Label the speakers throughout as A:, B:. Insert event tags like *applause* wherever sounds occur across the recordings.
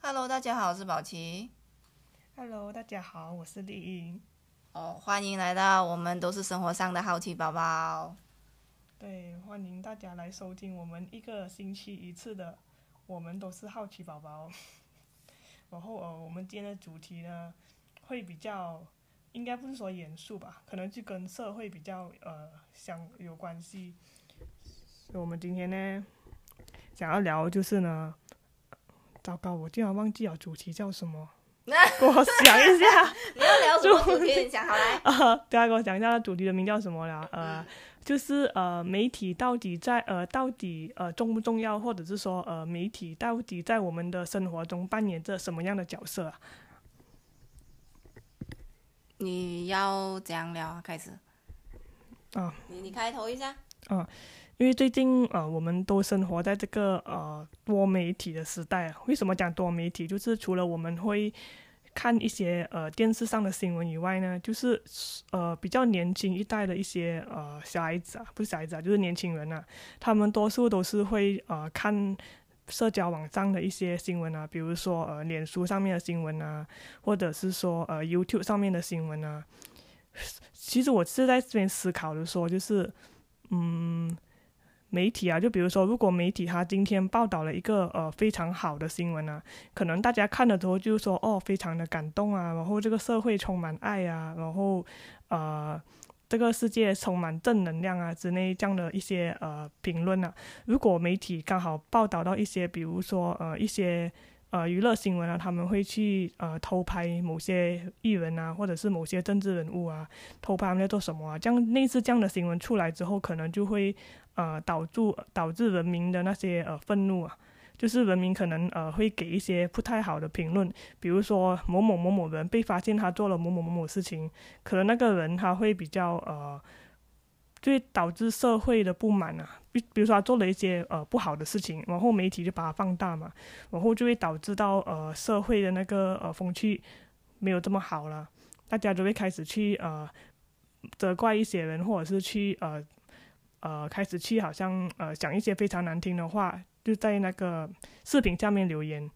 A: Hello，大家好，我是宝琪。
B: Hello，大家好，我是丽英。
A: 哦，欢迎来到我们都是生活上的好奇宝 *laughs* 宝。
B: 对，欢迎大家来收听我们一个星期一次的《我们都是好奇宝宝》。 *laughs* 然后呃，我们今天的主题呢，会比较，应该不是说严肃吧，可能就跟社会比较呃相有关系。所以我们今天呢，想要聊就是呢，糟糕，我竟然忘记了主题叫什么，给我想一下。
A: 你要聊什么主题？你讲好来。
B: *laughs* 啊，对啊，给我讲一下主题的名叫什么啦？呃，就是呃，媒体到底在呃，到底呃重不重要，或者是说呃，媒体到底在我们的生活中扮演着什么样的角色啊？
A: 你要怎样聊啊？开始。
B: 啊。
A: 你你开头一下。
B: 因为最近呃，我们都生活在这个呃多媒体的时代啊。为什么讲多媒体？就是除了我们会看一些呃电视上的新闻以外呢，就是呃比较年轻一代的一些呃小孩子啊，不是小孩子啊，就是年轻人啊，他们多数都是会呃看。社交网上的一些新闻啊，比如说呃，脸书上面的新闻啊，或者是说呃，YouTube 上面的新闻啊。其实我是在这边思考的说，就是嗯，媒体啊，就比如说，如果媒体它今天报道了一个呃非常好的新闻啊，可能大家看了之后就说哦，非常的感动啊，然后这个社会充满爱啊，然后呃。这个世界充满正能量啊之类这样的一些呃评论啊，如果媒体刚好报道到一些，比如说呃一些呃娱乐新闻啊，他们会去呃偷拍某些艺人啊，或者是某些政治人物啊，偷拍他们在做什么啊，这样类似这样的新闻出来之后，可能就会呃导致导致人民的那些呃愤怒啊，就是人民可能呃会给一些不太好的评论，比如说某某某某人被发现他做了某某某某事情，可能那个人他会比较呃，就会导致社会的不满啊。比比如说他做了一些呃不好的事情，然后媒体就把它放大嘛，然后就会导致到呃社会的那个呃风气没有这么好了，大家就会开始去呃责怪一些人，或者是去呃呃开始去好像呃讲一些非常难听的话，就在那个视频下面留言。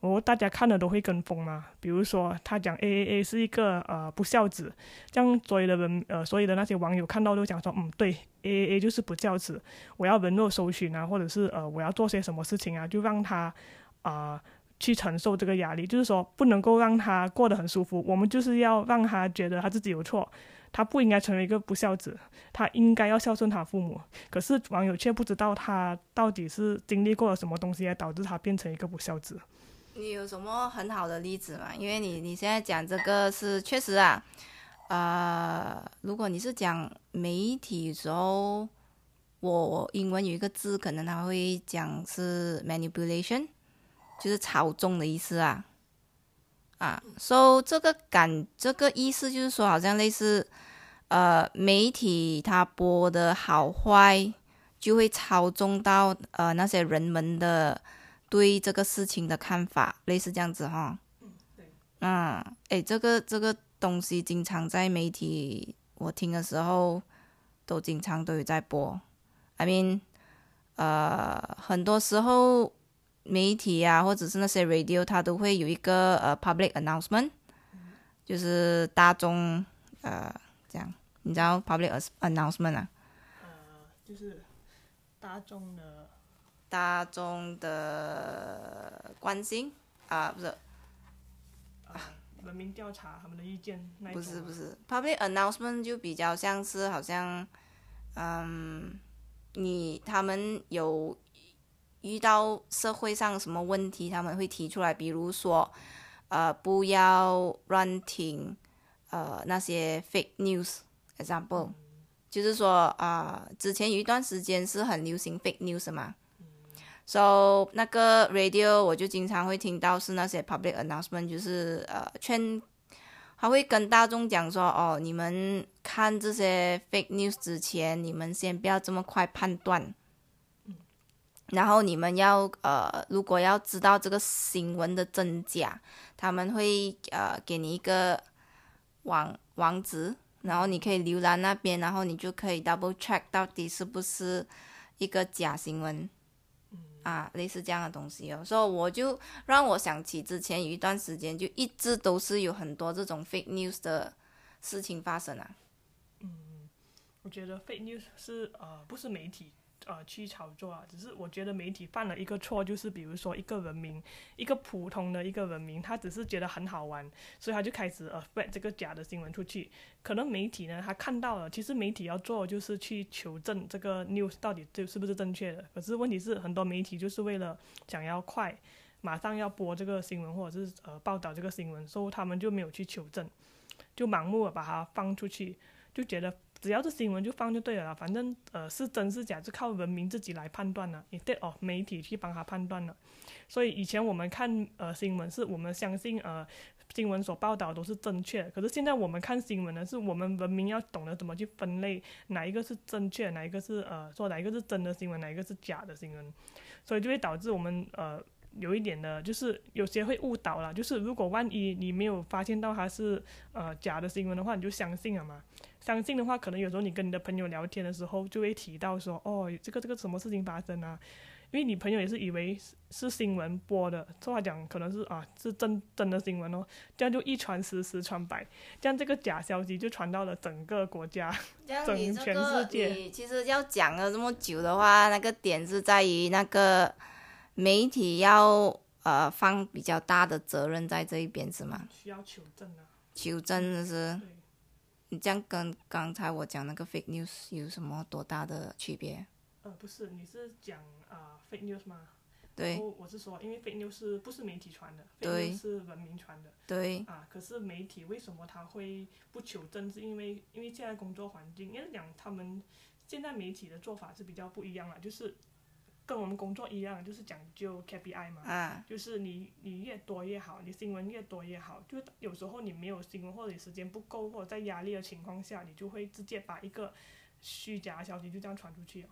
B: 然后大家看了都会跟风嘛，比如说他讲 A A A 是一个呃不孝子，这样所有的人呃所有的那些网友看到都讲说，嗯，对，A A A 就是不孝子，我要人肉搜寻啊，或者是呃我要做些什么事情啊，就让他啊、呃去承受这个压力，就是说不能够让他过得很舒服，我们就是要让他觉得他自己有错，他不应该成为一个不孝子，他应该要孝顺他父母。可是网友却不知道他到底是经历过了什么东西，来导致他变成一个不孝子。
A: 你有什么很好的例子吗？因为你你现在讲这个是确实啊，呃，如果你是讲媒体的时候，我我英文有一个字，可能他会讲是 manipulation，就是操纵的意思啊。啊，so 这个感这个意思就是说，好像类似呃媒体它播的好坏，就会操纵到呃那些人们的。对这个事情的看法，类似这样子哈。嗯，对。嗯，哎，这个这个东西经常在媒体我听的时候，都经常都有在播。I mean，呃，很多时候媒体啊，或者是那些 radio，它都会有一个呃 public announcement，就是大众呃这样，你知道 public announcement 啊，
B: 就是大众的
A: 大众的关心啊，不是。
B: 人民调查他们的意见那
A: 不是不是，public announcement 就比较像是好像，嗯，你他们有遇到社会上什么问题，他们会提出来，比如说，呃，不要乱听，呃，那些 fake news，example，、就是说啊、呃之前有一段时间是很流行 fake news 的嘛。So 那个 radio 我就经常会听到是那些 public announcement，就是呃劝，他会跟大众讲说，哦，你们看这些 fake news 之前，你们先不要这么快判断，然后你们要呃，如果要知道这个新闻的真假，他们会呃给你一个网网址，然后你可以浏览那边，然后你就可以 double check 到底是不是一个假新闻。啊，类似这样的东西哦。所以我就让我想起之前有一段时间，就一直都是有很多这种 fake news 的事情发生啊。
B: 我觉得 fake news 是呃不是媒体呃去炒作啊，只是我觉得媒体犯了一个错，就是比如说一个人名，一个普通的一个人名，他只是觉得很好玩，所以他就开始呃 spread 这个假的新闻出去。可能媒体呢，他看到了，其实媒体要做的就是去求证这个 news 到底对是不是正确的。可是问题是，很多媒体就是为了想要快，马上要播这个新闻或者是呃报道这个新闻，所以他们就没有去求证，就盲目的把它放出去，就觉得只要是新闻就放就对了啦，反正呃是真是假就靠人民自己来判断了，instead of 媒体去帮他判断了。所以以前我们看呃新闻是我们相信呃新闻所报道都是正确的，可是现在我们看新闻呢，是我们文明要懂得怎么去分类哪一个是正确，哪一个是呃说哪一个是真的新闻，哪一个是假的新闻，所以就会导致我们呃。有一点的，就是有些会误导啦，就是如果万一你没有发现到它是呃假的新闻的话，你就相信了嘛。相信的话，可能有时候你跟你的朋友聊天的时候，就会提到说，哦，这个这个什么事情发生啊？因为你朋友也是以为是是新闻播的，这话讲可能是啊是真真的新闻哦，这样就一传十，十传百，这样这个假消息就传到了整个国家。
A: 这样你
B: 整
A: 这
B: 全
A: 个
B: 世界
A: 你其实要讲了这么久的话，那个点是在于那个媒体要呃放比较大的责任在这一边是吗？
B: 需要求证啊，
A: 求真的是
B: 对。
A: 你这样跟刚才我讲那个 fake news 有什么多大的区别？
B: 呃，不是，你是讲啊、fake news 吗？
A: 对
B: 哦，我是说，因为 fake news 是不是媒体传的
A: 对
B: ？fake news 是人民传的
A: 对，
B: 啊。可是媒体为什么他会不求证？是因为因为现在工作环境，应该讲他们现在媒体的做法是比较不一样了，就是跟我们工作一样，就是讲究 KPI 嘛。
A: 啊，
B: 就是你你越多越好，你新闻越多越好。就有时候你没有新闻，或者你时间不够，或者在压力的情况下，你就会直接把一个虚假的消息就这样传出去了。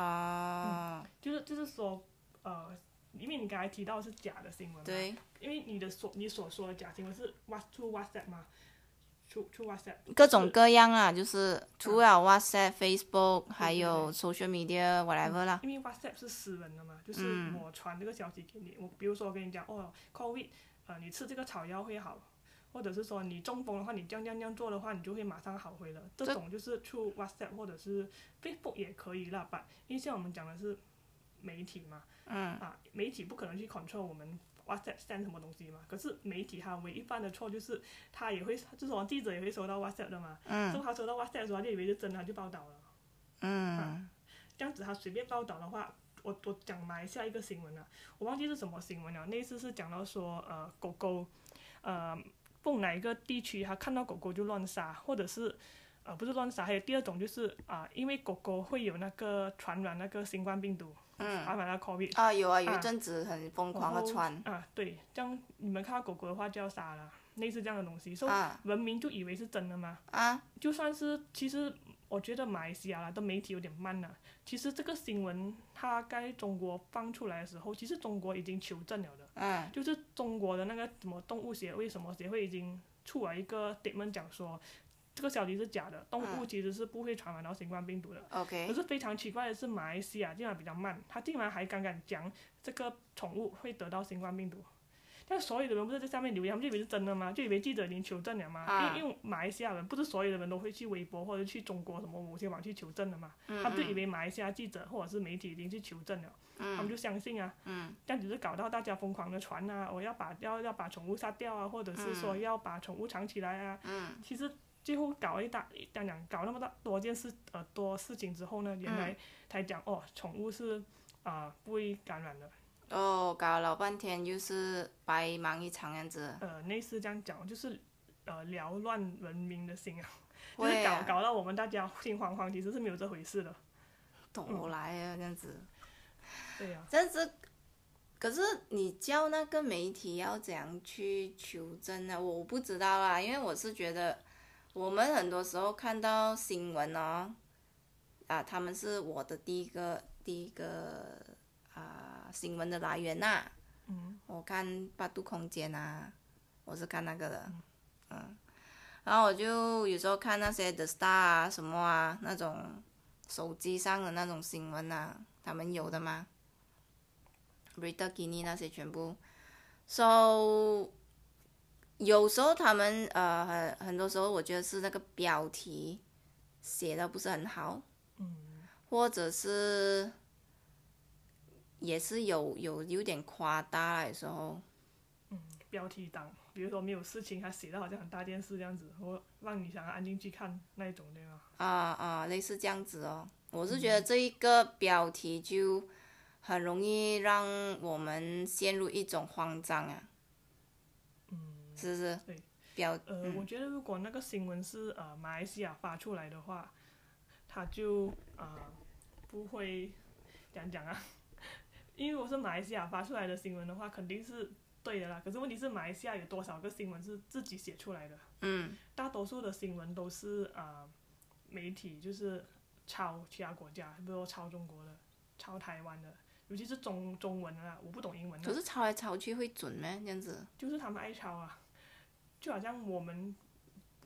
A: 哦，
B: 就是就是说，呃，因为你刚才提到是假的新闻嘛，
A: 对，
B: 因为你的所你所说的假新闻是 what to WhatsApp 嘛，to to WhatsApp
A: 各种
B: 是
A: 各样啊，就是除了 WhatsApp、Facebook，还
B: 对
A: 有 social media whatever 啦，
B: 因为 WhatsApp 是私人的嘛，就是
A: 嗯
B: 我传这个消息给你，我比如说我跟你讲，哦，COVID，呃，你吃这个草药会好，或者是说你中风的话，你这样这样这样做的话，你就会马上好回了。这
A: 这
B: 种就是出 WhatsApp 或者是 Facebook 也可以啦，吧？因为现在我们讲的是媒体嘛，
A: 嗯，
B: 啊，媒体不可能去 control 我们 WhatsApp send 什么东西嘛。可是媒体它唯一犯的错就是，他也会，就是说记者也会收到 WhatsApp 的嘛，
A: 嗯
B: 所以他收到 WhatsApp 的时候，他就以为是真的，他就报道了。
A: 嗯，
B: 这样子他随便报道的话，我我讲马来西亚一个新闻啊，我忘记是什么新闻了。那一次是讲到说，呃，狗狗，呃，不哪一个地区他看到狗狗就乱杀，或者是。呃，不是乱杀，还有第二种就是啊、因为狗狗会有那个传染那个新冠病毒，
A: 嗯
B: 传染那个 COVID，
A: 啊，有啊，有一
B: 啊
A: 阵子很疯
B: 然
A: 狂的
B: 后
A: 传
B: 啊，对，这样你们看到狗狗的话就要杀了，类似这样的东西，所、
A: 啊
B: 以文明就以为是真的嘛。
A: 啊，
B: 就算是其实我觉得马来西亚啦的媒体有点慢了，其实这个新闻它该中国放出来的时候，其实中国已经求证了的，
A: 嗯
B: 就是中国的那个什么动物协会什么协会已经出了一个 statement 讲说。这个消息是假的，动
A: 啊
B: 物其实是不会传染到新冠病毒的。可
A: ，OK，
B: 是非常奇怪的是，马来西亚竟然比较慢，他竟然还敢敢讲这个宠物会得到新冠病毒。但所有的人不是在下面留言，他们就以为是真的吗？就以为记者已经求证了吗？
A: 啊
B: 因为因为马来西亚人不是所有的人都会去微博或者去中国什么某些网去求证的嘛，
A: 嗯
B: 他们就以为马来西亚记者或者是媒体已经去求证了，
A: 嗯
B: 他们就相信啊，这样只是搞到大家疯狂的传啊，我要把要要把宠物杀掉啊，或者是
A: 嗯
B: 说要把宠物藏起来啊，其实最后搞一大一讲讲搞那么大多件事呃多事情之后呢，原
A: 嗯
B: 来才讲、哦，宠物是啊、不会感染的，
A: 哦，搞了老半天又是白忙一场样子，
B: 呃，类似这样讲就是呃缭乱人民的心啊，就
A: 会
B: 是搞
A: 啊，
B: 搞到我们大家心慌慌，其实是没有这回事的，
A: 躲来啊这样子。
B: 对啊呀、
A: 但是，可是你教那个媒体要怎样去求证呢？我不知道啦，因为我是觉得我们很多时候看到新闻哦，啊，他们是我的第一个第一个啊新闻的来源呐、
B: 嗯，
A: 我看八度空间啊，我是看那个的，嗯，然后我就有时候看那些 The Star 啊什么啊那种手机上的那种新闻啊，他们有的吗？ Brita Guinea 那些全部。So 有时候他们呃很很多时候，我觉得是那个标题写的不是很好，嗯，或者是也是有有有点夸大啦有时候，
B: 标题党，比如说没有事情，他写的好像很大件事这样子，我让你想要安静去看那一种，对吗？
A: 啊啊，类似这样子哦。我是觉得这一个标题就很容易让我们陷入一种慌张啊，嗯，是不是？
B: 对，
A: 标嗯
B: 呃，我觉得如果那个新闻是呃马来西亚发出来的话，他就呃不会讲讲啊， *laughs* 因为如果是马来西亚发出来的新闻的话，肯定是对的啦。可是问题是马来西亚有多少个新闻是自己写出来的？
A: 嗯
B: 大多数的新闻都是呃媒体就是抄其他国家，比如说抄中国的、抄台湾的，尤其是中中文的啦，我不懂英文
A: 可
B: 的，
A: 是抄来抄去会准咩？这样子，
B: 就是他们爱抄啊，就好像我们。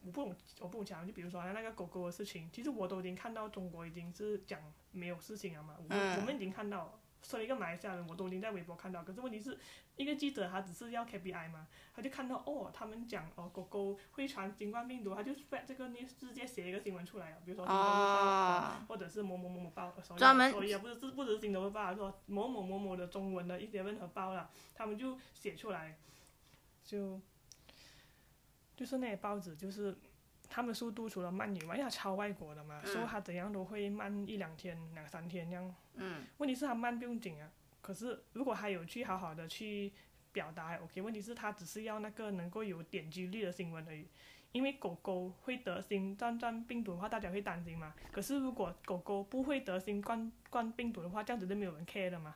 B: 我不懂，我不懂讲，就比如说那个狗狗的事情，其实我都已经看到中国已经是讲没有事情了嘛，我们、
A: 嗯
B: 我们已经看到了，作为一个马来西亚人，我都已经在微博看到，可是问题是一个记者他只是要 KPI 嘛，他就看到哦，他们讲哦狗狗会传新冠病毒，他就 spread 这个 news 直接写一个新闻出来啊了，比如说新闻报，
A: 哦
B: 或者是某某某某报，所以
A: 专门
B: 所以啊，不是不只是新闻报，说某某某某的中文的一些任何报啦，他们就写出来，就就是那些报纸就是。他们速度除了慢以外，因为他抄外国的嘛，所以他怎样都会慢一两天、两三天这样。
A: 嗯
B: 问题是他慢不用紧啊，可是如果他有去好好的去表达还，OK。问题是他只是要那个能够有点击率的新闻而已。因为狗狗会得新冠冠病毒的话，大家会担心嘛。可是如果狗狗不会得新冠冠病毒的话，这样子就没有人 care 了嘛。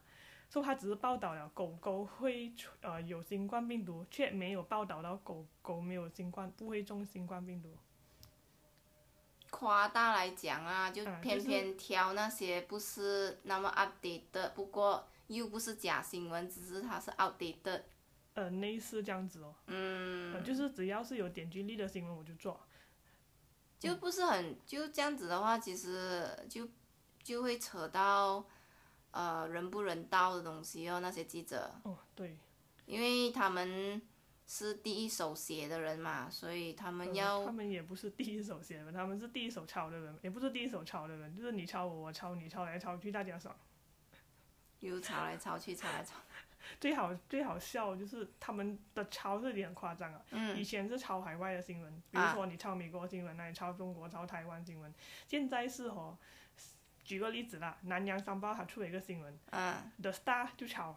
B: 所以他只是报道了狗狗会出呃有新冠病毒，却没有报道到狗狗没有新冠不会中新冠病毒。
A: 夸大来讲啊，就
B: 啊
A: 偏
B: 就是
A: 偏挑那些不是那么 update 的，不过又不是假新闻，只是它是 outdate 的。
B: 呃，类似这样子哦，嗯、就是只要是有点击率的新闻我就做，
A: 就不是很就这样子的话，其实就就会扯到呃人不人道的东西哦。那些记者，
B: 哦，对，
A: 因为他们是第一手写的人嘛，所以他们
B: 呃
A: 要、
B: 他们也不是第一手写的，他们是第一手抄的人，也不是第一手抄的人，就是你抄我，我抄你，抄来抄去，大家爽。
A: 又吵来吵去，吵来吵。
B: 最好最好笑就是他们的抄这里很夸张啊，以
A: 嗯，
B: 前是抄海外的新闻，比如
A: 啊
B: 说你抄美国新闻，那你抄中国、抄台湾新闻，现在是哦，举个例子啦，南洋商报它出了一个新闻
A: 啊，
B: ，The Star 就抄。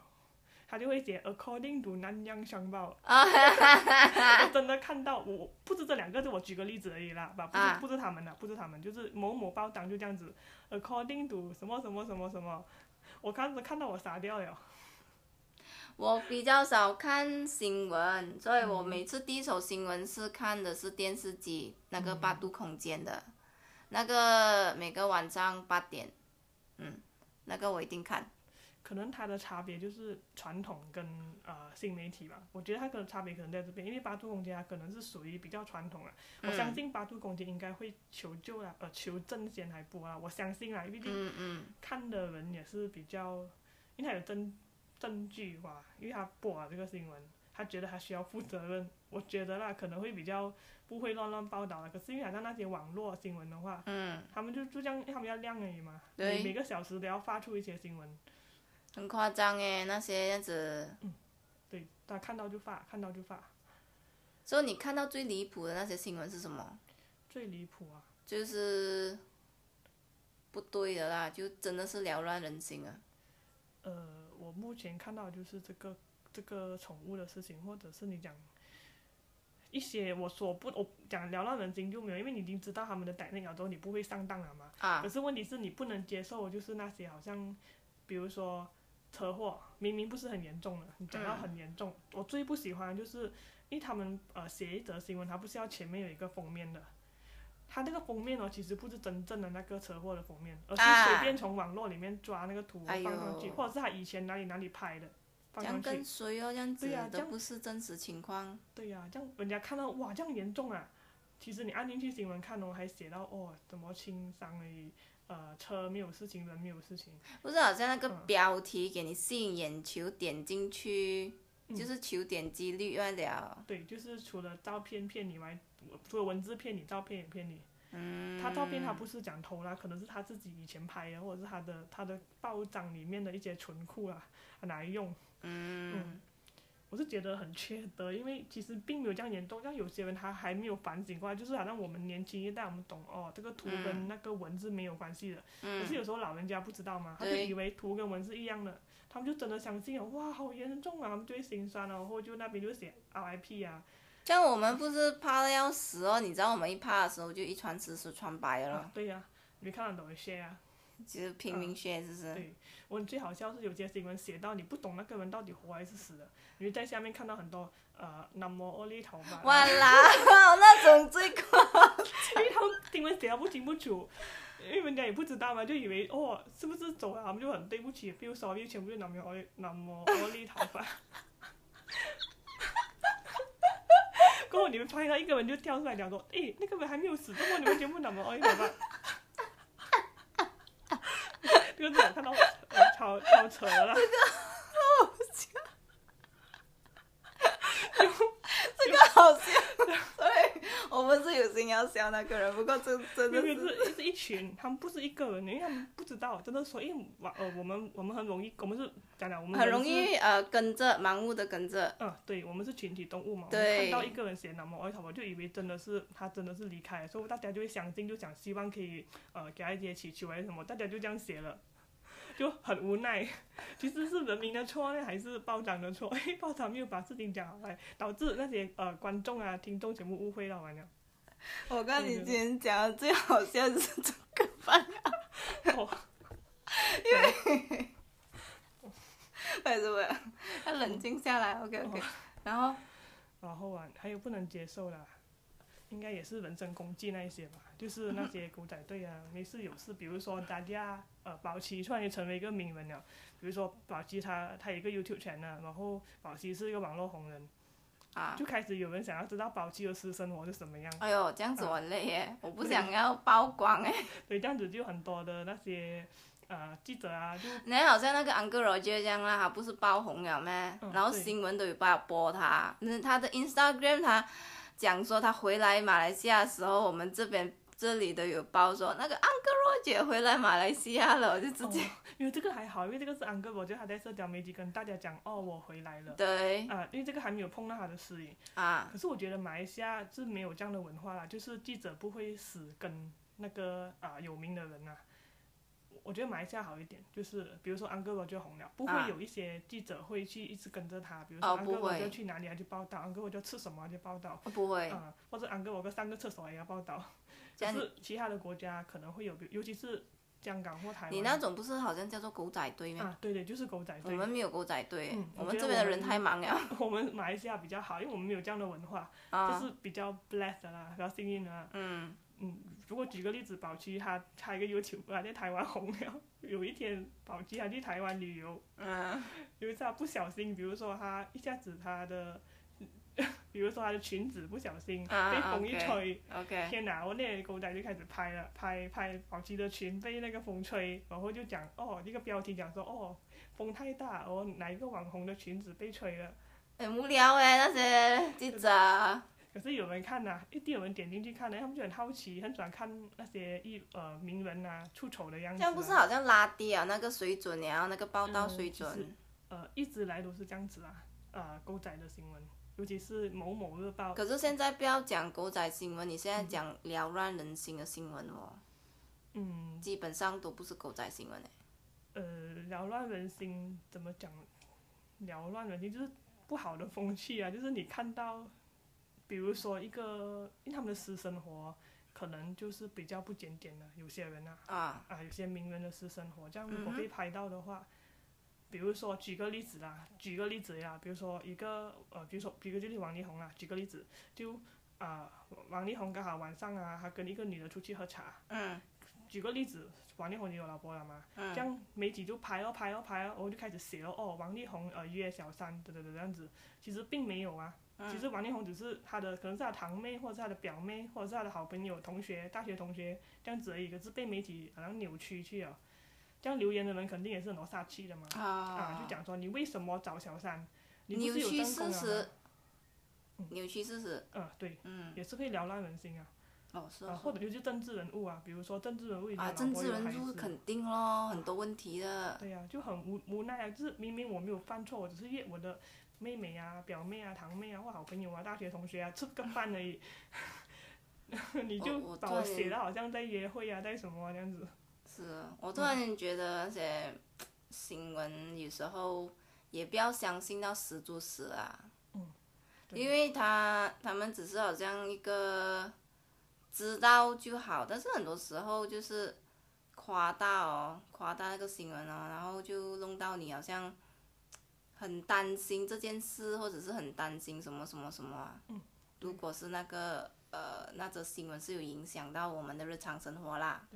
B: 他就会写 according to 南洋商报，我真的看到我不是这两个字，我举个例子而已啦，吧，不是、
A: 啊
B: 不是他们的，不是他们，就是某某报章就这样子，according to 什么什么什么什么，我看着看到我傻掉了，
A: 我比较少看新闻，所以我每次第一手新闻是看的是电视机那
B: 嗯
A: 个八度空间的，那个每个晚上八点，嗯，那个我一定看。
B: 可能它的差别就是传统跟呃新媒体吧，我觉得它可能差别可能在这边，因为八度空间它啊可能是属于比较传统啊，
A: 嗯
B: 我相信八度空间应该会求救啦，呃求证先来播啦，我相信啦，因为毕竟
A: 嗯嗯，
B: 看的人也是比较，因为他有证证据哇，因为他播啊了这个新闻，他觉得他需要负责任。我觉得啦，可能会比较不会乱乱报道了。可是因为好像那些网络新闻的话，
A: 嗯，
B: 他们就就这样，他们要量而已嘛，
A: 对
B: 每每个小时都要发出一些新闻。
A: 很夸张诶，那些样子。
B: 对，他看到就发，看到就发，
A: 所以你看到最离谱的那些新闻是什么？
B: 最离谱啊！
A: 就是不对的啦，就真的是扰乱人心啊。
B: 呃，我目前看到就是这个这个宠物的事情，或者是你讲一些我所不我讲聊到人心就没有，因为你已经知道他们的歹那了之后，你不会上当了嘛。
A: 啊
B: 可是问题是你不能接受，就是那些好像，比如说车祸，明明不是很严重的，你讲到
A: 嗯
B: 很严重，我最不喜欢就是，因为他们呃写一则新闻，它不是要前面有一个封面的。它那个封面哦，其实不是真正的那个车祸的封面，而是
A: 啊
B: 随便从网络里面抓那个图
A: 哎呦
B: 放上去，或者是他以前哪里哪里拍的
A: 这
B: 放
A: 样
B: 上去
A: 跟。谁哦？这样子
B: 对啊呀这
A: 都
B: 样
A: 不是真实情况。
B: 对呀、这样人家看到哇，这样严重啊！其实你按进去新闻看哦，还写到哦，怎么轻伤而已，呃车没有事情，人没有事情。
A: 不是好像那个
B: 嗯
A: 标题给你吸引眼球，点进去、
B: 嗯
A: 就是求点击率啊罢了。
B: 对，就是除了照片骗你外，除了文字骗你，照片也骗你。嗯，他照片他不是讲偷啦，可能是他自己以前拍的，或者是他的他的报章里面的一些存库啊，他拿来用。
A: 嗯，
B: 我是觉得很缺德，因为其实并没有这样严重，像有些人他还没有反省过来，就是好像我们年轻一代我们懂哦，这个图跟那个文字没有关系的，可是有时候老人家不知道嘛，他就
A: 嗯对
B: 以为图跟文字一样的，他们就真的相信了，哇，好严重啊，他们就会心酸了，然后就那边就写 RIP 啊，
A: 像我们不是怕的要死哦，你知道我们一怕的时候就一传十十传百了，
B: 啊对呀、你看得懂一些啊。
A: 其实拼命学是不是？
B: 对我最好笑是有些新闻写到你不懂那个人到底活还是死的，你会在下面看到很多呃南无阿弥陀佛啊，
A: 哇啦，那种最快。
B: *laughs* 因为他们英文写到不清不楚，因为人家也不知道嘛，就以为哦是不是走了，他们就很对不起，feel sorry，全部就南无阿弥南无阿弥陀佛。过后你们发现到一个人就跳出来讲说，诶，那个人还没有死，怎么你们全部南哎无阿弥陀佛？ *laughs* 这个我看到我超超扯了啦。
A: 这个好笑， *laughs* 对，我们是有心要笑那个人，不过这真的
B: 那个
A: 是，
B: 是是一群，他们不是一个人，因为他们不知道，真的说，因为我呃，我们我们很容易，我们是讲讲我们
A: 很
B: 人
A: 容
B: 是
A: 易呃跟着盲目的跟着，
B: 嗯，对，我们是群体动物嘛，我们看
A: 对
B: 到一个人写南无阿弥陀佛，就以为真的是他真的是离开了，所以大家就会相信，就想希望可以呃给他一些祈求还是什么，大家就这样写了， *laughs* 就很无奈。 *laughs* 其实是人民的错呢，还是报章的错？ *laughs* 因为报章没有把事情讲好来，导致那些呃观众啊听众全部误会了完了。 *laughs*
A: 我跟你今天讲的最好笑是这个吧，
B: 哦，因为
A: *laughs* 为什么？
B: *laughs*
A: 要冷静下
B: 嗯
A: 来，OK
B: 哦
A: OK。然后
B: 然后啊，还有不能接受啦，应该也是人身攻击那一些吧，就是那些狗仔队啊，没事有事，比如说大家呃，宝琦突然间成为一个名人了，比如说宝琦他他有一个 YouTube channel，然后宝琦是一个网络红人，
A: 啊，
B: 就开始有人想要知道宝琦的私生活是什么样，
A: 哎呦，这样子我很累
B: 嗯
A: 耶，我不想要曝光哎。
B: 所以这样子就很多的那些呃记者啊，就
A: 你看好像那个 Uncle Roger 这样啦，他不是爆红了咩？
B: 嗯
A: 然后
B: 对
A: 新闻都有报播他，那他的 Instagram 他讲说他回来马来西亚的时候，我们这边这里都有报说那个 Uncle Roger 回来马来西亚了，我就直接、
B: 哦因为这个还好，因为这个是安哥，我觉得他在社交媒体跟大家讲哦，我回来了。
A: 对
B: 啊、因为这个还没有碰到他的私隐，
A: 啊，
B: 可是我觉得马来西亚是没有这样的文化啦，就是记者不会死跟那个啊、有名的人呐、我我觉得马来西亚好一点，就是比如说安哥罗就红了，不会
A: 啊
B: 有一些记者会去一直跟着他，比如说
A: 哦
B: 安哥
A: 不
B: 罗
A: 会
B: 就去哪里他就报道，安哥罗就吃什么他就报道，
A: 不会，
B: 啊、或者安哥罗个上个厕所也要报道。
A: *laughs* 这
B: 就
A: 样
B: 是其他的国家可能会有，比如尤其是香港或台湾。
A: 你那种不是好像叫做狗仔队咩？
B: 啊，对对，就是狗仔
A: 我
B: 队。
A: 们没有狗仔队，
B: 嗯
A: 我
B: 我
A: 们
B: 觉得
A: 这边的
B: 我
A: 人
B: 们
A: 太忙了
B: *laughs* 我们马来西亚比较好，因为我们没有这样的文化，
A: 啊，
B: 就是比较 blessed 的啦，比较幸运的啦。
A: 嗯，
B: 嗯，如果举个例子，宝鸡他他一个 YouTube 啊，在台湾红了。有一天，宝鸡他去台湾旅游，
A: 嗯，
B: 有一次他不小心，比如说他一下子他的， *laughs* 比如说他的裙子不小心
A: 啊
B: 被风一
A: OK
B: 吹，
A: ，OK，
B: 天哪！我那些狗仔就开始拍了，拍拍宝鸡的裙被那个风吹，然后就讲哦，一个标题讲说哦，风太大，哦哪一个网红的裙子被吹了。
A: 很无聊哎，那些记者，
B: 可是有人看呐、一定有人点进去看的，他们就很好奇，很喜欢看那些艺呃名人呐、出丑的样
A: 这
B: 子、啊。
A: 样不是好像拉低啊那个水准了，那个报道
B: 嗯
A: 水
B: 其
A: 准。
B: 实呃，一直来都是这样子啊，呃，狗仔的新闻，尤其是某某日报，
A: 可是现在不要讲狗仔新闻，你现在讲扰乱人心的新闻哦，
B: 嗯，
A: 基本上都不是狗仔新闻欸诶。
B: 呃，扰乱人心，怎么讲？扰乱人心就是不好的风气啊，就是你看到，比如说一个，因为他们的私生活可能就是比较不检点的，有些人啊，
A: 啊，
B: 啊，有些名人的私生活，这样如
A: 嗯
B: 果
A: 哼
B: 被拍到的话，比如说举个例子啦，举个例子呀，比如说一个呃，比如说比如就是王力宏啦，举个例子，就啊、王力宏刚好晚上啊，他跟一个女的出去喝茶，
A: 嗯，
B: 举个例子，王力宏也有老婆了嘛，这样媒体就拍哦拍哦拍哦，然后就开始写哦哦，王力宏呃约小三等等等这样子，其实并没有啊。
A: 嗯
B: 其实王力宏只是他的，可能是他堂妹，或者是他的表妹，或者是他的好朋友、同学、大学同学这样子而已。可是被媒体好像扭曲去了，这样留言的人肯定也是很多煞气的嘛。
A: 啊
B: 啊，就讲说你为什么找小三？你
A: 扭
B: 不是有啊
A: 曲
B: 正宫
A: 事
B: 了吗
A: 实？，扭曲事实，
B: 嗯，对，
A: 嗯，
B: 也是会撩乱人心啊。
A: 哦是
B: 啊，
A: 啊
B: 或者就是政治人物啊，比如说政治人物已经
A: 啊，
B: 有老
A: 政
B: 婆
A: 治
B: 有孩
A: 人物
B: 子，
A: 肯定咯，很多问题的，
B: 对呀、就很无无奈啊。就是明明我没有犯错，我只是约我的妹妹啊、表妹啊、堂妹啊或好朋友啊、大学同学啊吃个饭而已， *laughs* 你
A: 我
B: 就
A: 我
B: 把
A: 突
B: 我
A: 然
B: 写的好像在约会啊，在什么啊这样子。
A: 是啊我突然间觉得那些新闻有时候也不要相信到十足十啊，
B: 对
A: 因为他他们只是好像一个知道就好，但是很多时候就是夸大哦，夸大那个新闻哦，然后就弄到你好像很担心这件事，或者是很担心什么什么什么啊。如果是那个呃，那则新闻是有影响到我们的日常生活啦。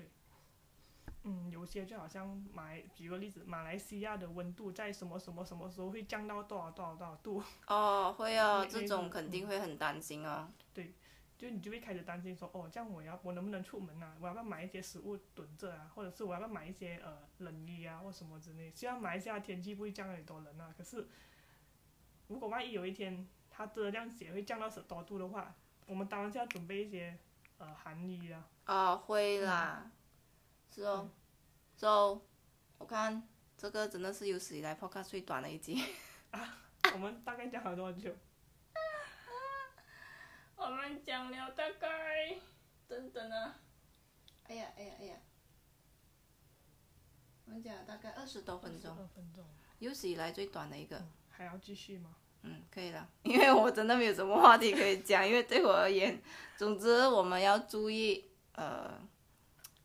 B: 嗯，有些就好像马来，举个例子，马来西亚的温度在什么什么什么时候会降到多少多少多少度，
A: 哦，会哦，
B: 那
A: 这
B: 那
A: 种
B: 种
A: 肯定会很担心哦。
B: 就你就会开始担心说，哦，这样我要我能不能出门啊？我要不要买一些食物囤着啊？或者是我要不要买一些呃冷衣啊或什么之类？虽然马来西亚天气不会降到很多人啊，可是如果万一有一天它真的这样写会降到十多度的话，我们当然是要准备一些呃寒衣啊。
A: 哦，会啦，是哦。So，我看这个真的是有史以来 podcast 最短的一集。
B: 我们大概讲了多久？
A: 我们讲了大概，等等啊，哎呀哎呀哎呀，我们讲了大概二十多分钟，嗯
B: 二分钟，
A: 有史以来最短的一个。
B: 还要继续吗？
A: 嗯，可以了，因为我真的没有什么话题可以讲，因为对我而言，总之我们要注意，呃，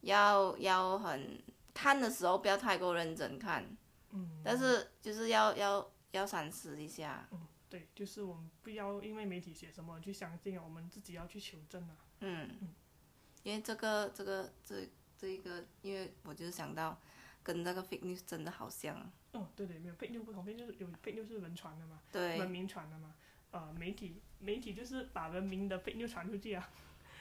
A: 要要很看的时候不要太过认真看，
B: 嗯，
A: 但是就是要要要反思一下，
B: 嗯对，就是我们不要因为媒体写什么去相信啊，我们自己要去求证啊。
A: 嗯，因为这个这个这这一个，因为我就想到跟那个 fake news 真的好像，
B: 嗯，对对，没有 fake news 不同，fake news 有 fake news 是人传的嘛，人
A: 对
B: 民传的嘛。呃，媒体媒体就是把人民的 fake news 传出去啊，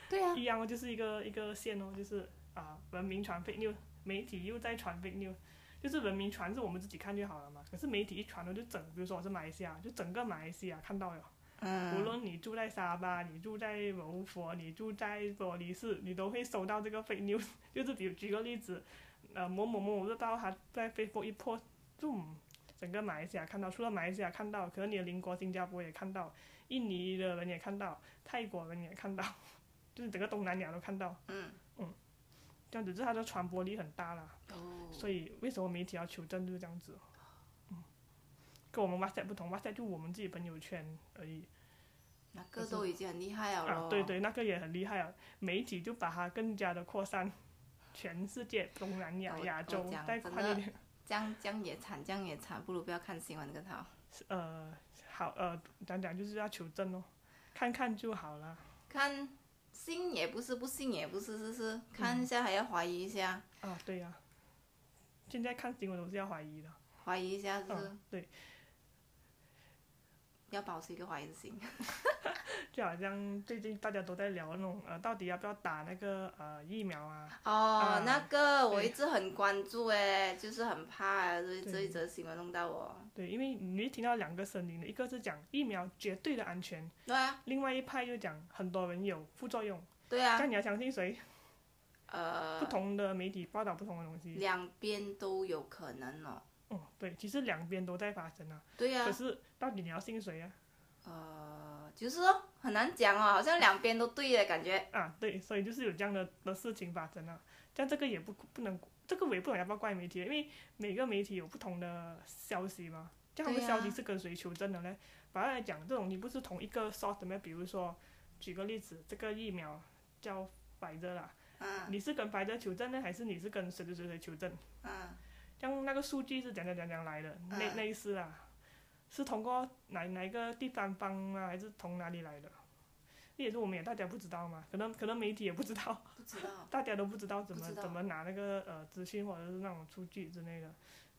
A: 对啊，
B: 一样哦，就是一个一个线哦，就是啊、人民传 fake news，媒体又在传 fake news，就是人民传是我们自己看就好了嘛，可是媒体一传了就整，比如说我是马来西亚，就整个马来西亚看到了。无
A: 嗯，
B: 论你住在沙巴，你住在柔佛，你住在玻璃市，你都会收到这个 fake news。就是比如举个例子，呃，某某某日报他在 Facebook 一 post，就嗯整个马来西亚看到，除了马来西亚看到，可能你的邻国新加坡也看到，印尼的人也看到，泰国人也看到，就是整个东南亚都看到。
A: 嗯
B: 嗯，这样子，就是它的传播力很大啦。
A: 哦，
B: 所以为什么媒体要求证就是这样子？嗯，跟我们 WhatsApp 不同，WhatsApp 就我们自己朋友圈而已。
A: 那个都已经很厉害了咯，
B: 啊，对对，那个也很厉害啊！媒体就把它更加的扩散，全世界、东南亚、
A: 我
B: 亚
A: 我
B: 洲，
A: 哦讲
B: 再
A: 真
B: 快
A: 的
B: 一点。
A: 这样这样也惨，这样也惨，不如不要看新闻更好。
B: 呃，好，呃，讲讲就是要求证哦，看看就好了。
A: 看信也不是，不信也不是，是是看一下还要怀疑一下，
B: 啊，对呀、现在看新闻都是要怀疑的。
A: 怀疑一下是不是、
B: 嗯，对，
A: 要保持一个怀疑的
B: *laughs*
A: 心。
B: 就好像最近大家都在聊那种呃，到底要不要打那个呃疫苗啊？
A: 哦，
B: 啊
A: 那个我一
B: 对
A: 直很关注诶，就是很怕诶这
B: 对
A: 这一则新闻弄到我。
B: 对，因为你会听到两个声音的，一个是讲疫苗绝对的安全，
A: 对啊，
B: 另外一派就讲很多人有副作用，
A: 对
B: 这
A: 啊，
B: 样你要相信谁？不
A: 呃，
B: 同的媒体报道不同的东西。
A: 两边都有可能哦。
B: 哦，对，其实两边都在发生啊。
A: 对呀、
B: 可
A: 啊，
B: 是到底你要信谁啊？
A: 呃，就是哦，很难讲哦，好像两边都对的感觉。
B: 啊，对，所以就是有这样的的事情发生啊。但这个也不不能，这个我也不能要不要怪媒体，因为每个媒体有不同的消息嘛。这样的
A: 对呀
B: 消息是跟谁求证的呢？反而来讲，这种你不是同一个 source 的咩？比如说，举个例子，这个疫苗叫百泽啦，
A: 嗯
B: 你是跟百泽求证呢，还是你是跟谁谁谁谁求证？
A: 嗯，
B: 像那个数据是讲讲讲讲来的，类
A: 嗯
B: 类似啊啊，是通过哪哪一个第三方啊，还是从哪里来的？也是我们也大家不知道嘛，可能可能媒体也不知道， *laughs*
A: 不知道。
B: 大家都不知道怎
A: 不
B: 么
A: 知道
B: 怎么拿那个呃资讯或者是那种数据之类的，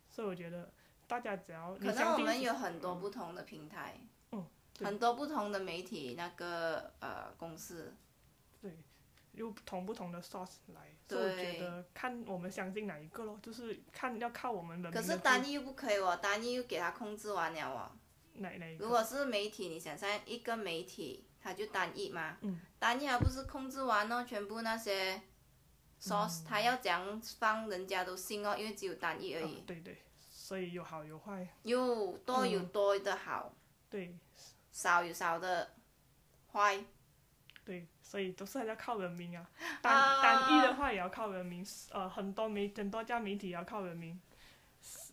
B: 所以我觉得大家只要你
A: 可能
B: 相
A: 我
B: 信
A: 们
B: 自
A: 有很多不同的平台，
B: 嗯对
A: 很多不同的媒体那个呃公司，
B: 对，用同不同的 source 来，所以我觉
A: 对
B: 得看我们相信哪一个咯，就是看要靠我们人民
A: 可是
B: 的
A: 单一又不可以哦，单一又给它控制完了哦。
B: 哪哪一
A: 如
B: 个，
A: 果是媒体，你想象一个媒体，它就单一嘛，
B: 嗯
A: 单一还不是控制完哦，全部那些 source
B: 嗯
A: 它要怎样放，人家都信哦，因为只有单一而
B: 啊
A: 已，
B: 对对，所以有好有坏，
A: 有多有多的好，
B: 嗯对
A: 少有少的
B: *laughs*
A: 坏。
B: 对，所以都是还是要靠人民
A: *laughs*
B: 啊，单、
A: 啊
B: 单一的话也要靠人民，呃，很多媒很多家媒体也要靠人民，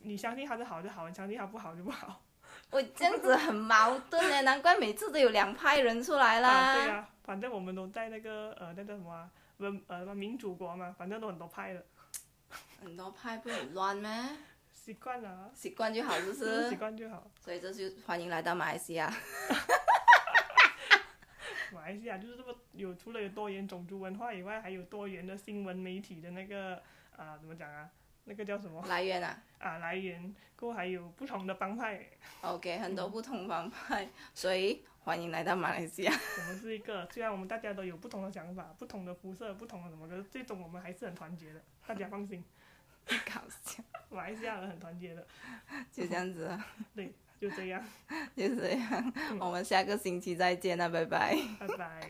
B: 你相信它是好就好，你相信它不好就不好，
A: 我这样子很矛盾呢，难怪每次都有两派人出来啦。
B: 啊对啊，反正我们都在那个呃那叫什么、啊、文呃什么民主国嘛，反正都很多派的，
A: 很多派不很乱咩？
B: 习惯了啊、
A: 习惯就好，是不
B: *laughs* 习
A: 是？
B: 惯就好。
A: 所以这就欢迎来到马来西亚。
B: 马来西亚就是这么有，除了有多元种族文化以外，还有多元的新闻媒体的那个啊、怎么讲啊？那个叫什么
A: 来源啊
B: 啊来源？过后还有不同的帮派，
A: ，OK，很
B: 嗯
A: 多不同帮派，所以欢迎来到马来西亚。
B: 我们是一个，虽然我们大家都有不同的想法、不同的肤色、不同的什么，可是最终我们还是很团结的。大家放心，
A: 搞笑，
B: 马来西亚人很团结的，
A: 就这样子啊，
B: 就这样，
A: 就这样，我们下个星期再见啦，拜拜。
B: 拜拜。